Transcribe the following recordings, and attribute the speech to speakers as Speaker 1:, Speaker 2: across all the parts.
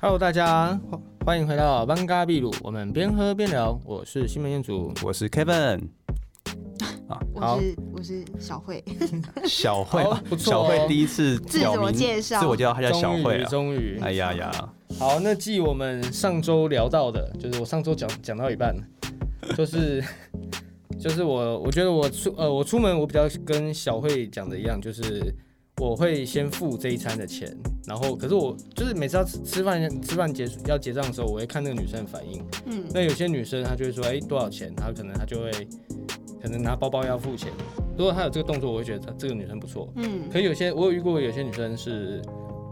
Speaker 1: Hello，大家欢欢迎回到班嘎秘鲁，我们边喝边聊。我是西门彦祖，
Speaker 2: 我是 Kevin，
Speaker 1: 好
Speaker 3: 我是我是小慧，
Speaker 2: 小慧
Speaker 1: 好
Speaker 2: 啊
Speaker 1: 不，错
Speaker 2: 小慧
Speaker 1: 哦
Speaker 2: 第一次
Speaker 3: 自
Speaker 2: 表
Speaker 3: 我
Speaker 2: 明
Speaker 3: 介绍
Speaker 2: 自我介绍，她叫小
Speaker 1: 终
Speaker 2: 慧
Speaker 1: 于
Speaker 2: 啊。
Speaker 1: 终于，
Speaker 2: 哎呀呀，
Speaker 1: 好，那继我们上周聊到的，就是我上周讲讲到一半， 就是就是我我觉得我出呃我出门我比较跟小慧讲的一样，就是我会先付这一餐的钱，然后可是我就是每次要吃吃饭吃饭结束要结账的时候，我会看那个女生的反应。
Speaker 3: 嗯，
Speaker 1: 那有些女生她就会说，哎、多少钱？她可能她就会可能拿包包要付钱。如果她有这个动作，我会觉得这个女生不错。
Speaker 3: 嗯
Speaker 1: 可有些我有遇过有些女生是，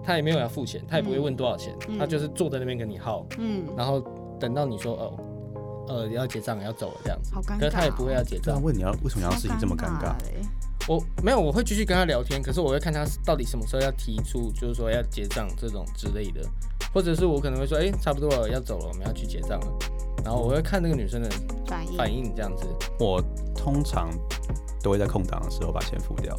Speaker 1: 她也没有要付钱，她也不会问多少钱，
Speaker 3: 嗯
Speaker 1: 她就是坐在那边跟你耗，
Speaker 3: 嗯，
Speaker 1: 然后等到你说哦，呃要结账了要走了这样子，
Speaker 3: 好尴尬哦，
Speaker 1: 可是她也不会要结
Speaker 2: 这样
Speaker 1: 账。
Speaker 2: 问你要为什么你要事情这么尴
Speaker 3: 好
Speaker 2: 尬？
Speaker 3: 嘞
Speaker 1: 我没有，我会继续跟她聊天，可是我会看她到底什么时候要提出，就是说要结账这种之类的，或者是我可能会说，哎、差不多了要走了，我们要去结账了，然后我会看那个女生的
Speaker 3: 反应
Speaker 1: 反应这样子。
Speaker 2: 我通常都会在空档的时候把钱付掉，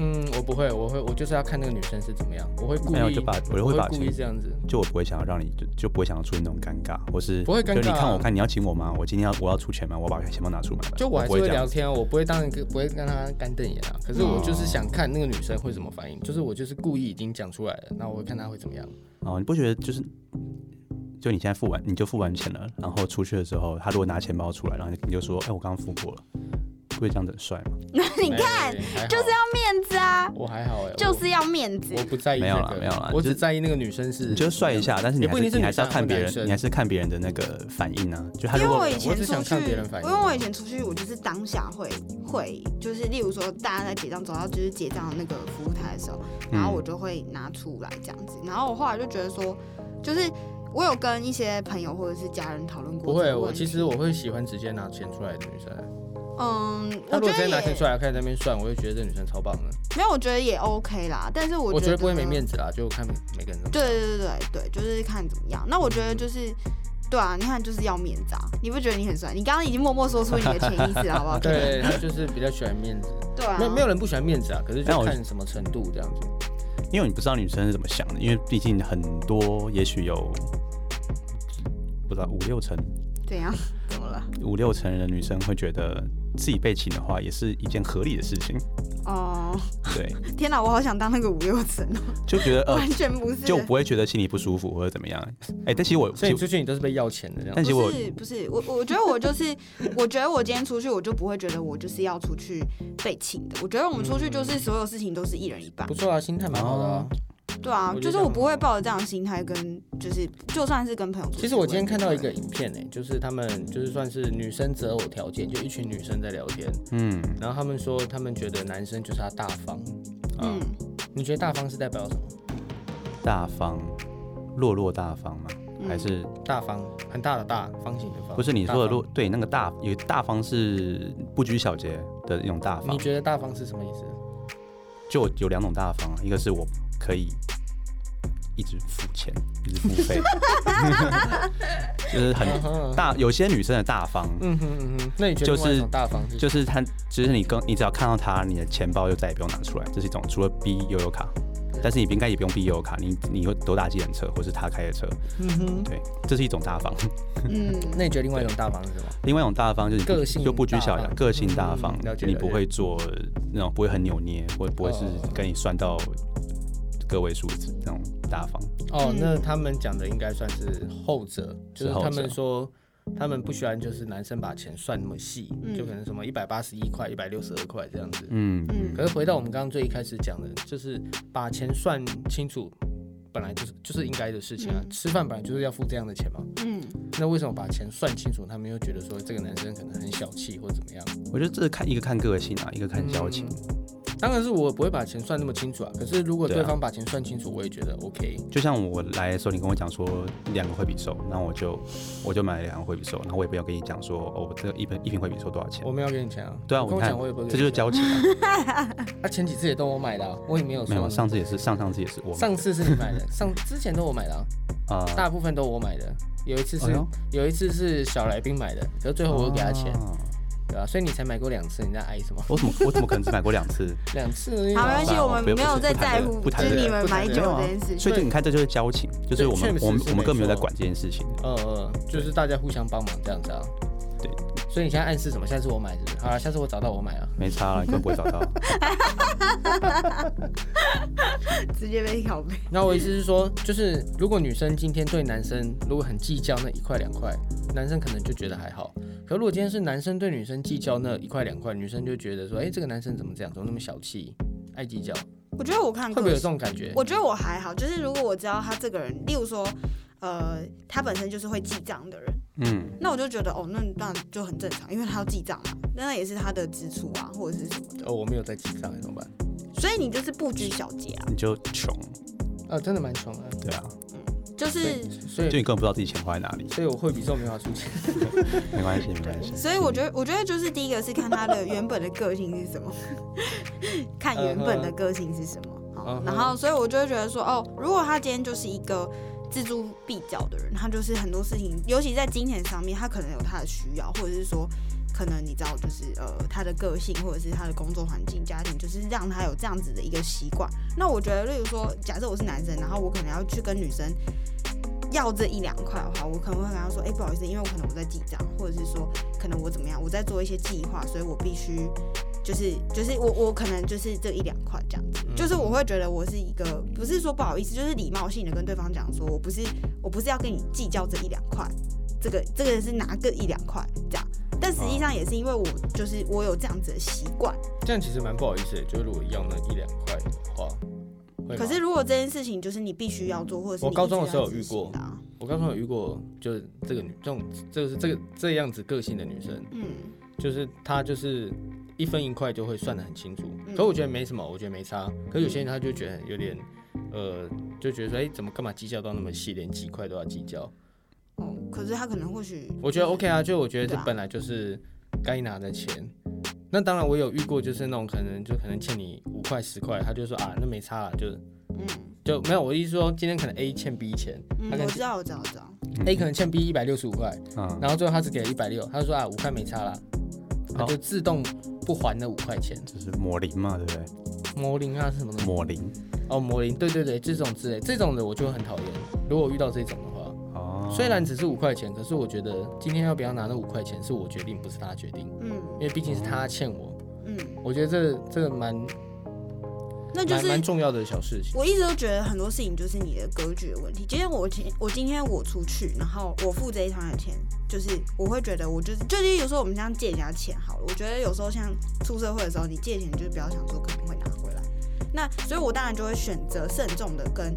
Speaker 1: 嗯，我不会，我会我就是要看那个女生是怎么样，我会故
Speaker 2: 没有
Speaker 1: 意
Speaker 2: 哎就把我
Speaker 1: 我
Speaker 2: 就会把
Speaker 1: 故意
Speaker 2: 钱，
Speaker 1: 这样子。
Speaker 2: 就我不会想要让你就就不会想要出现那种尴尬，或是
Speaker 1: 不会尴尬啊
Speaker 2: 就你看我看你要请我吗？我今天要我要出钱吗？我把钱包拿出来吧，
Speaker 1: 就我还是
Speaker 2: 不会
Speaker 1: 会
Speaker 2: 这样
Speaker 1: 聊天，我不会当一个不会跟她干瞪眼啊。可是我就是想看那个女生会怎么反应，就是我就是故意已经讲出来了，那我会看她会怎么样。
Speaker 2: 哦，你不觉得就是，就你现在付完你就付完钱了，然后出去的时候，他如果拿钱包出来，然后你就说，哎、我刚刚付过了，不会这样子很帅吗？
Speaker 3: 你看
Speaker 1: 没，还好
Speaker 3: 就是要面子啊，
Speaker 1: 我还好哎，我
Speaker 3: 就是要面子
Speaker 1: 我，不在意
Speaker 2: 没有
Speaker 1: 这
Speaker 2: 啦
Speaker 1: 个
Speaker 2: 没有啦
Speaker 1: 我
Speaker 2: 就
Speaker 1: 只
Speaker 2: 是
Speaker 1: 在意那个女生是
Speaker 2: 你就帅一下，但是你
Speaker 1: 也不
Speaker 2: 还
Speaker 1: 一定
Speaker 2: 是
Speaker 1: 是
Speaker 2: 你
Speaker 1: 女
Speaker 2: 还是
Speaker 1: 生
Speaker 2: 要
Speaker 1: 啊，
Speaker 2: 看别
Speaker 1: 或男
Speaker 2: 人，
Speaker 1: 生
Speaker 2: 你还是看别人的那个反应啊。就他
Speaker 3: 因为
Speaker 2: 如果
Speaker 3: 我以前
Speaker 1: 我只
Speaker 3: 出
Speaker 1: 想
Speaker 3: 去，
Speaker 1: 看别人反
Speaker 3: 因
Speaker 1: 应
Speaker 3: 为我以前出去，我就是当下会会，就是例如说大家在结账走到就是结账的那个服务台的时候，然后我就会拿出来这样子，然后我后来就觉得说，就是我有跟一些朋友或者是家人讨论
Speaker 1: 不
Speaker 3: 过这
Speaker 1: 会，
Speaker 3: 个
Speaker 1: 我
Speaker 3: 问题，
Speaker 1: 其实我会喜欢直接拿钱出来的女生。
Speaker 3: 嗯，
Speaker 1: 她如
Speaker 3: 我
Speaker 1: 果直
Speaker 3: 觉
Speaker 1: 接
Speaker 3: 得
Speaker 1: 拿钱出
Speaker 3: 也
Speaker 1: 来开始在那边算，我会觉得这女生超棒的。
Speaker 3: 没有，我觉得也 OK 啦，但是我
Speaker 1: 我
Speaker 3: 觉
Speaker 1: 觉得不会没
Speaker 3: 子。
Speaker 1: 面子啦，啊就看每个人怎么。
Speaker 3: 对对对对对，就是看怎么样。那我觉得就是，对啊，你看就是要面子啊，你不觉得你很帅？你刚刚已经默默说出你的潜意识了，好不好？
Speaker 1: 对，他就是比较喜欢面子。
Speaker 3: 对啊，
Speaker 1: 没有没有人不喜欢面子啊，可是
Speaker 2: 但
Speaker 1: 就
Speaker 2: 我
Speaker 1: 看什么程度这样子。
Speaker 2: 因为你不知道女生是怎么想的，因为毕竟很多，也许有不知道五六成
Speaker 3: 怎样？怎么了？
Speaker 2: 五六成的女生会觉得自己被请的话，也是一件合理的事情。
Speaker 3: 哦，
Speaker 2: 对，
Speaker 3: 天哪，我好想当那个五六层哦，
Speaker 2: 就觉得呃，
Speaker 3: 完全不是，
Speaker 2: 就不会觉得心里不舒服或者怎么样。哎、但其实我，
Speaker 1: 所以你
Speaker 2: 其
Speaker 1: 出去你都是被要钱的这样
Speaker 2: 但。其实我
Speaker 3: 不是不是，我我觉得我就是，我觉得我今天出去，我就不会觉得我就是要出去被请的。我觉得我们出去就是所有事情都是一人一半
Speaker 1: 不，错啊，心态蛮好的
Speaker 2: 哦
Speaker 1: 啊。
Speaker 3: 对啊
Speaker 1: 我，觉得
Speaker 3: 就是
Speaker 1: 这样
Speaker 3: 我不会
Speaker 1: 很好
Speaker 3: 抱着这样的心态跟，就是就算是跟朋友出去，
Speaker 1: 其实我今天
Speaker 3: 也不
Speaker 1: 看到一
Speaker 3: 会
Speaker 1: 个影片呢、就是他们就是算是女生择偶条件，就一群女生在聊天，
Speaker 2: 嗯
Speaker 1: 然后他们说他们觉得男生就是要大方。啊
Speaker 2: 嗯
Speaker 3: 嗯，
Speaker 1: 你觉得大方是代表什么？
Speaker 2: 大方，落落大方吗？
Speaker 3: 嗯
Speaker 2: 还是
Speaker 1: 大方，很大的大，方形的方。
Speaker 2: 不是你说的
Speaker 1: 大方
Speaker 2: 落？对，那个大有大方是不拘小节的一种大方
Speaker 1: 你。觉得大方是什么意思？
Speaker 2: 就有两种大方，啊一个是我可以一直付钱，一直付 费，就是很
Speaker 1: 嗯哼
Speaker 2: 大。有些女生的大方，
Speaker 1: 嗯哼嗯哼，那你觉得
Speaker 2: 就
Speaker 1: 另外一
Speaker 2: 是
Speaker 1: 种大方是什么？
Speaker 2: 就是她，就是你跟你只要看到她，你的钱包就再也不用拿出来，这是一种除了逼悠悠卡。但是你应该也不用逼悠悠卡，你你会都打计程车，或是她开的车，
Speaker 1: 嗯哼。
Speaker 2: 对，这是一种大方。
Speaker 3: 嗯，
Speaker 1: 那你觉得另外一种大方是什么？
Speaker 2: 另外一种大方就是你不
Speaker 1: 个性
Speaker 2: 就不拘小
Speaker 1: 大
Speaker 2: 节，
Speaker 1: 方
Speaker 2: 个性大方
Speaker 1: 嗯，了解
Speaker 2: 你
Speaker 1: 了解
Speaker 2: 不会做那种不会很扭捏，或不会是
Speaker 1: 哦
Speaker 2: 跟你算到个位数字那种大方。
Speaker 1: 哦，
Speaker 3: 嗯
Speaker 1: 那他们讲的应该算是后者，就是
Speaker 2: 是后
Speaker 1: 他
Speaker 2: 者
Speaker 1: 们说他们不喜欢就是男生把钱算那么细，
Speaker 3: 嗯
Speaker 1: 就可能什么一百八十一块、一百六十二块这样子。
Speaker 2: 嗯
Speaker 3: 嗯
Speaker 1: 可是回到我们刚刚最一开始讲的，就是把钱算清楚，本来就是就是应该的事情啊。
Speaker 3: 嗯
Speaker 1: 吃饭本来就是要付这样的钱嘛，
Speaker 3: 嗯，
Speaker 1: 那为什么把钱算清楚，他们又觉得说这个男生可能很小气或怎么样？
Speaker 2: 我觉得这是看一个看个性啊，一个看交
Speaker 1: 嗯
Speaker 2: 情。
Speaker 1: 当然是我不会把钱算那么清楚啊。可是如果
Speaker 2: 对啊
Speaker 1: 对方把钱算清楚，我也觉得 OK。
Speaker 2: 就像我来的时候，你跟我讲说两个惠比寿，然后我就我就买了两个惠比寿，然后我也不要跟你讲说哦，我这一瓶一瓶惠比寿多少钱
Speaker 1: 我。没有跟你讲啊，
Speaker 2: 对啊，
Speaker 1: 你跟我
Speaker 2: 我看
Speaker 1: 讲我也不会跟你
Speaker 2: 这就是
Speaker 1: 讲
Speaker 2: 交情啊。
Speaker 1: 啊，前几次也都我买的、啊， 我也没有说
Speaker 2: 没有，
Speaker 1: 呢
Speaker 2: 上次也是，上上次也是我买的。
Speaker 1: 上次是你买 的，上之前都我买的、啊，
Speaker 2: 啊，
Speaker 1: 大部分都我买的。有一次是、
Speaker 2: 哎呦
Speaker 1: 有一次是小来宾买的，可是最后我又给他钱，
Speaker 2: 哦
Speaker 1: 对对啊，所以你才买过两次，你在爱什么？
Speaker 2: 我怎么我怎么可能只买过两 次？
Speaker 1: 两次而已
Speaker 3: 好，没
Speaker 1: 啊
Speaker 3: 关系，
Speaker 2: 好
Speaker 3: 我们
Speaker 2: 不要
Speaker 3: 没有
Speaker 2: 不
Speaker 3: 在
Speaker 2: 谈
Speaker 3: 在
Speaker 2: 这个
Speaker 3: 乎，
Speaker 2: 不谈
Speaker 3: 就
Speaker 2: 这
Speaker 3: 是
Speaker 2: 个
Speaker 3: 你们
Speaker 1: 不谈
Speaker 3: 买
Speaker 1: 这
Speaker 3: 酒
Speaker 1: 个
Speaker 3: 这件事
Speaker 2: 啊所
Speaker 3: 情。
Speaker 2: 以就你看，这就是交情，就是
Speaker 1: 对
Speaker 2: 我们
Speaker 1: 确实
Speaker 2: 我们
Speaker 1: 是
Speaker 2: 我们根本没有在
Speaker 1: 没错
Speaker 2: 管这件事情。
Speaker 1: 嗯嗯，就是大家互相帮忙这样子啊。
Speaker 2: 对，
Speaker 1: 所以你现在暗示什么？下次我买是不是？好了，下次我找到我买啊。
Speaker 2: 没差了，你根本不会找到。
Speaker 3: 直接被拷贝。
Speaker 1: 那我意思是说，就是如果女生今天对男生如果很计较那一块两块，男生可能就觉得还好。可如果今天是男生对女生计较那一块两块，女生就觉得说，哎、这个男生怎么这样，怎么那么小气，爱计较，
Speaker 3: 我觉得我看
Speaker 1: 会
Speaker 3: 过
Speaker 1: 不会有这种感觉？
Speaker 3: 嗯我觉得我还好，就是如果我知道他这个人，例如说，呃，他本身就是会记账的人，
Speaker 2: 嗯，
Speaker 3: 那我就觉得哦，那那就很正常，因为他要记账嘛，那也是他的支出啊，或者是什么的，
Speaker 1: 哦，我没有在记账，怎么办？
Speaker 3: 所以你就是不拘小节啊，
Speaker 2: 你就穷，
Speaker 1: 啊，真的蛮穷的，
Speaker 2: 对啊，
Speaker 3: 就是。
Speaker 1: 所以
Speaker 2: 就你根本不知道自己钱花在哪里，
Speaker 1: 所以我会比这种没法出钱。
Speaker 2: 没关系，没关系。
Speaker 3: 所以我觉得，我觉得就是第一个是看 他的原本的个性是什么， 看原本的个性是什么。好
Speaker 1: 嗯嗯哼
Speaker 3: 然后，所以我就会觉得说，哦，如果他今天就是一个锱铢必较的人，他就是很多事情，尤其在金钱上面，他可能有他的需要，或者是说，可能你知道，就是呃，他的个性或者是他的工作环境、家庭，就是让他有这样子的一个习惯。那我觉得，例如说，假设我是男生，然后我可能要去跟女生要这一两块的话，我可能会跟他说，哎、不好意思，因为我可能我在记账，或者是说，可能我怎么样，我在做一些计划，所以我必须就是就是我我可能就是这一两块这样子，就是
Speaker 1: 嗯
Speaker 3: 我会觉得我是一个不是说不好意思，就是礼貌性的跟对方讲说，我不是我不是要跟你计较这一两块，这个这个是拿个一两块这样，但实际上
Speaker 1: 嗯
Speaker 3: 也是因为我就是我有这样子的习惯，
Speaker 1: 这样其实蛮不好意思的，就是如果要那一两块的话，会吗
Speaker 3: 可是如果这件事情就是你必须要做，或者是
Speaker 1: 我
Speaker 3: 你
Speaker 1: 高中
Speaker 3: 必
Speaker 1: 的
Speaker 3: 须
Speaker 1: 时候
Speaker 3: 要
Speaker 1: 有遇
Speaker 3: 执行
Speaker 1: 过
Speaker 3: 的啊
Speaker 1: 我刚刚有遇过，就是这个女这种就是这个这样子个性的女生，
Speaker 3: 嗯，
Speaker 1: 就是她就是一分一块就会算得很清楚，
Speaker 3: 嗯
Speaker 1: 可我觉得没什么，我觉得没差。可是有些人他就觉得有点，呃，就觉得说，哎、怎么干嘛计较到那么细，连几块都要计较？
Speaker 3: 哦，可是他可能或许
Speaker 1: 我觉得 OK 啊，就我觉得
Speaker 3: 对啊
Speaker 1: 这本来就是该拿的钱。那当然，我有遇过，就是那种可能就可能欠你五块十块，他就说啊，那没差啦，就
Speaker 3: 嗯
Speaker 1: 就没有。我意思说，今天可能 A 欠 B 钱，
Speaker 3: 嗯
Speaker 1: 他，可
Speaker 3: 我
Speaker 1: 能
Speaker 3: 知道我知道我知道，
Speaker 1: A 可能欠 B 一百六十五块，
Speaker 2: 嗯，
Speaker 1: 然后最后他只给了一百六，他就说啊五块没差啦，他
Speaker 2: 好
Speaker 1: 就自动不还那五块钱。
Speaker 2: 嗯就是抹零嘛，对不对？
Speaker 1: 魔灵啊是什么东西？
Speaker 2: 抹零
Speaker 1: 哦，魔灵，对对对，这种之类，这种的我就很讨厌。如果遇到这种的话，
Speaker 2: 哦，
Speaker 1: 虽然只是五块钱，可是我觉得今天要不要拿那五块钱是我决定，不是他决定，因
Speaker 3: 嗯
Speaker 1: 为毕竟是他欠我。
Speaker 3: 嗯，
Speaker 1: 我觉得这这个蛮
Speaker 3: 那就
Speaker 1: 蛮
Speaker 3: 是
Speaker 1: 蛮重要的小事情。
Speaker 3: 我一直都觉得很多事情就是你的格局的问题。今天我今我今天我出去，然后我付这一团的钱，就是我会觉得我就是就是有时候我们像借人家钱好了，我觉得有时候像出社会的时候，你借钱就是不要想说可能会拿回来。那所以，我当然就会选择慎重的跟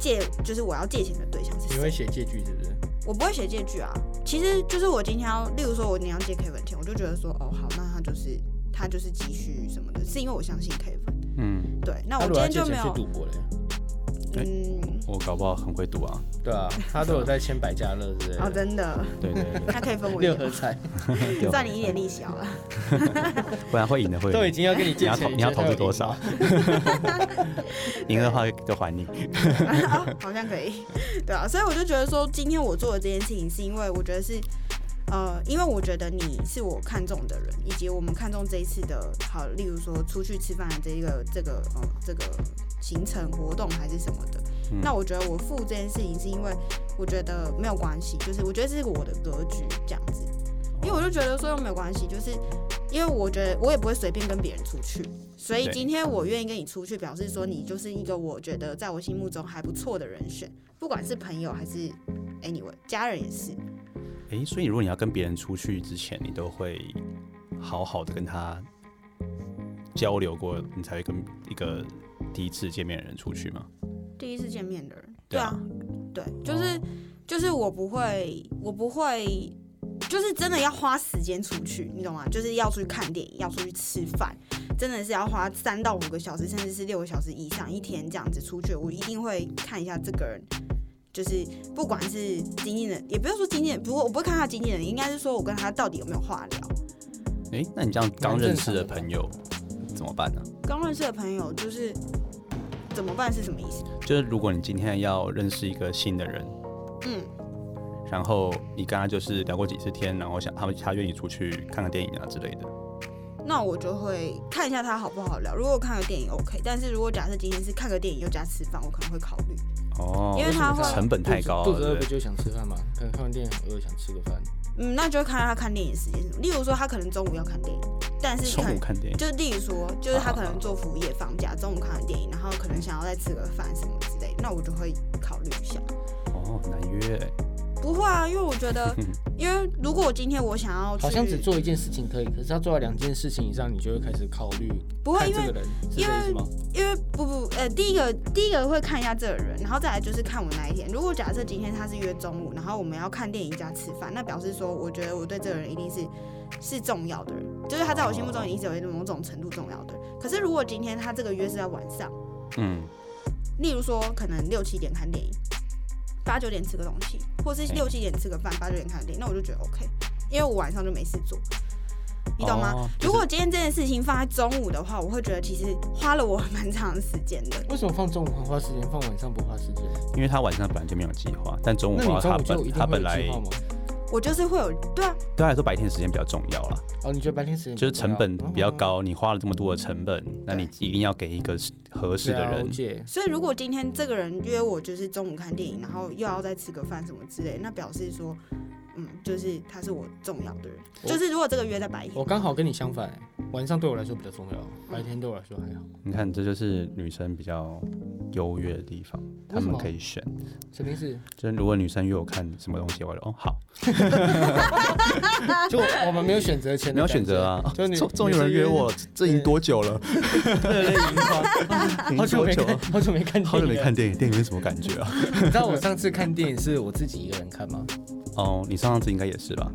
Speaker 3: 借，就是我要借钱的对象是
Speaker 1: 你
Speaker 3: 谁。
Speaker 1: 会写借据是不是？
Speaker 3: 我不会写借据啊。其实就是我今天要，例如说我你要借 Kevin 钱，我就觉得说，哦好，那他就是他就是急需什么的，是因为我相信 Kevin。
Speaker 2: 嗯，
Speaker 3: 对，那
Speaker 1: 他
Speaker 3: 我
Speaker 1: 如果
Speaker 3: 今
Speaker 1: 要
Speaker 3: 天
Speaker 1: 借
Speaker 3: 就没
Speaker 1: 钱去
Speaker 3: 有，
Speaker 1: 赌博嘞？
Speaker 2: 哎
Speaker 3: 嗯，
Speaker 2: 我搞不好很会赌啊。
Speaker 1: 对啊，他都有在签百家乐之类
Speaker 3: 哦
Speaker 1: 的，
Speaker 3: 真 的，
Speaker 2: 对对 对
Speaker 3: 那可以分我一
Speaker 1: 六
Speaker 3: 点
Speaker 1: 合
Speaker 3: 吗，
Speaker 1: 彩
Speaker 2: 对，
Speaker 3: 赚你一点利息好了。
Speaker 2: 不然会赢的会
Speaker 1: 都已
Speaker 2: 赢，
Speaker 1: 经要跟你
Speaker 2: 你
Speaker 1: 借
Speaker 2: 要投
Speaker 1: 钱，
Speaker 2: 你要投
Speaker 1: 觉
Speaker 2: 资
Speaker 1: 得他有
Speaker 2: 多
Speaker 1: 赢吗
Speaker 2: 少？？ 赢的话就还你。
Speaker 3: 哦好像可以，对啊，所以我就觉得说，今天我做的这件事情，是因为我觉得是，呃，因为我觉得你是我看中的人，以及我们看中这一次的，好，例如说出去吃饭的这一个这个呃这个行程活动还是什么的，
Speaker 2: 嗯
Speaker 3: 那我觉得我付这件事情是因为我觉得没有关系，就是我觉得这是我的格局这样子，因为我就觉得说又没有关系，就是因为我觉得我也不会随便跟别人出去，所以
Speaker 2: 对
Speaker 3: 今天我愿意跟你出去，表示说你就是一个我觉得在我心目中还不错的人选，不管是朋友还是 anyway 家人也是。
Speaker 2: 诶，所以如果你要跟别人出去之前，你都会好好的跟他交流过，你才会跟一个第一次见面的人出去吗？
Speaker 3: 第一次见面的人，
Speaker 2: 对
Speaker 3: 对
Speaker 2: 啊哦
Speaker 3: 啊，对，就是、就是我不会，我不会，就是真的要花时间出去，你懂吗？就是要出去看电影，要出去吃饭，真的是要花三到五个小时，甚至是六个小时以上一天这样子出去，我一定会看一下这个人。就是不管是经纪人，也不要说经纪人，不过我不会看他经纪人，应该是说我跟他到底有没有话聊。
Speaker 2: 诶，那你这样刚认识的朋友怎么办呢、
Speaker 3: 刚认识的朋友就是怎么办是什么意思？
Speaker 2: 就是如果你今天要认识一个新的人，
Speaker 3: 嗯，
Speaker 2: 然后你跟他就是聊过几次天，然后想他们他约你出去看看电影啊之类的。
Speaker 3: 那我就会看一下他好不好聊。如果看个电影 OK，但是如果假设今天是看个电影又加吃饭，我可能会考虑。
Speaker 2: 哦，
Speaker 3: 因为他会
Speaker 2: 成本太高
Speaker 1: 肚子
Speaker 2: 了，
Speaker 1: 饿
Speaker 2: 对
Speaker 1: 不
Speaker 2: 不对
Speaker 1: 就想吃饭嘛？可能看完电影我又想吃个饭。
Speaker 3: 嗯，那就看他看电影时间是什么。例如说，他可能中午要看电影，但是可
Speaker 2: 中午
Speaker 3: 能
Speaker 2: 看电影
Speaker 3: 就例如说，就是他可能做服务业放假，中午看完电影，然后可能想要再吃个饭什么之类，那我就会考虑一下。
Speaker 2: 哦，难约欸。
Speaker 3: 不会啊，因为我觉 得，因为如果我今天我想要去，
Speaker 1: 好像只做一件事情可以，可是他做到两件事情以上，你就会开始考虑
Speaker 3: 不会
Speaker 1: 看
Speaker 3: 因为
Speaker 1: 这个人，是这个意思吗？
Speaker 3: 因为不不呃，第一个第一个会看一下这个人，然后再来就是看我哪一天。如果假设今天他是约中午，然后我们要看电影加吃饭，那表示说我觉得我对这个人一定是是重要的人，就是他在我心目中一定是有某种程度重要的人。可是如果今天他这个约是在晚上，
Speaker 2: 嗯，
Speaker 3: 例如说可能六七点看电影，八九点吃个东西，或是
Speaker 2: 嗯
Speaker 3: 六七点吃个饭，八九点看电影，那我就觉得 OK，因为我晚上就没事做，你懂吗？
Speaker 2: 哦就是
Speaker 3: 如果今天这件事情放在中午的话，我会觉得其实花了我蛮长的时间的。
Speaker 1: 为什么放中午很花时间，放晚上不花时间？
Speaker 2: 因为他晚上本来就没有计划，但中午
Speaker 1: 那
Speaker 2: 的
Speaker 1: 你
Speaker 2: 话
Speaker 1: 中
Speaker 2: 他
Speaker 1: 午就一
Speaker 2: 本
Speaker 1: 定
Speaker 2: 他
Speaker 1: 会
Speaker 2: 本
Speaker 1: 有
Speaker 2: 来
Speaker 1: 计划吗？
Speaker 3: 我就是会有对啊，
Speaker 2: 对他来说白天的时间比较重要啦，
Speaker 1: 哦，你觉得白天时间
Speaker 2: 就是成本
Speaker 1: 不重要哦
Speaker 2: 比较？高，你花了这么多的成本，那你一定要给一个合适的
Speaker 1: 了
Speaker 2: 人。
Speaker 1: 解，
Speaker 3: 所以如果今天这个人约我就是中午看电影，然后又要再吃个饭什么之类，那表示说，嗯，就是他是我重要的人。
Speaker 1: 我
Speaker 3: 就是如果这个约在白
Speaker 1: 我
Speaker 3: 天，
Speaker 1: 刚好跟你相反，晚上对我来说比较重要，白天对我来说还好。
Speaker 2: 你看，这就是女生比较优越的地方，她
Speaker 1: 为什
Speaker 2: 们
Speaker 1: 么
Speaker 2: 可以选。
Speaker 1: 什么意思？
Speaker 2: 就是如果女生约我看什么东西，我就哦好，
Speaker 1: 就我们没有选择权，
Speaker 2: 没有选择，啊，
Speaker 1: 就你
Speaker 2: 终终于有人约我，这已经多久了？
Speaker 1: 热泪盈眶，
Speaker 2: 已 经
Speaker 1: 好久
Speaker 2: 多
Speaker 1: 没
Speaker 2: 久
Speaker 1: 看，
Speaker 2: 了？
Speaker 1: 好久没看，
Speaker 2: 好久没。看电影，电影院什么感觉啊？
Speaker 1: 你知道我上次看电影是我自己一个人看吗？
Speaker 2: 哦，你上次应该也是吧？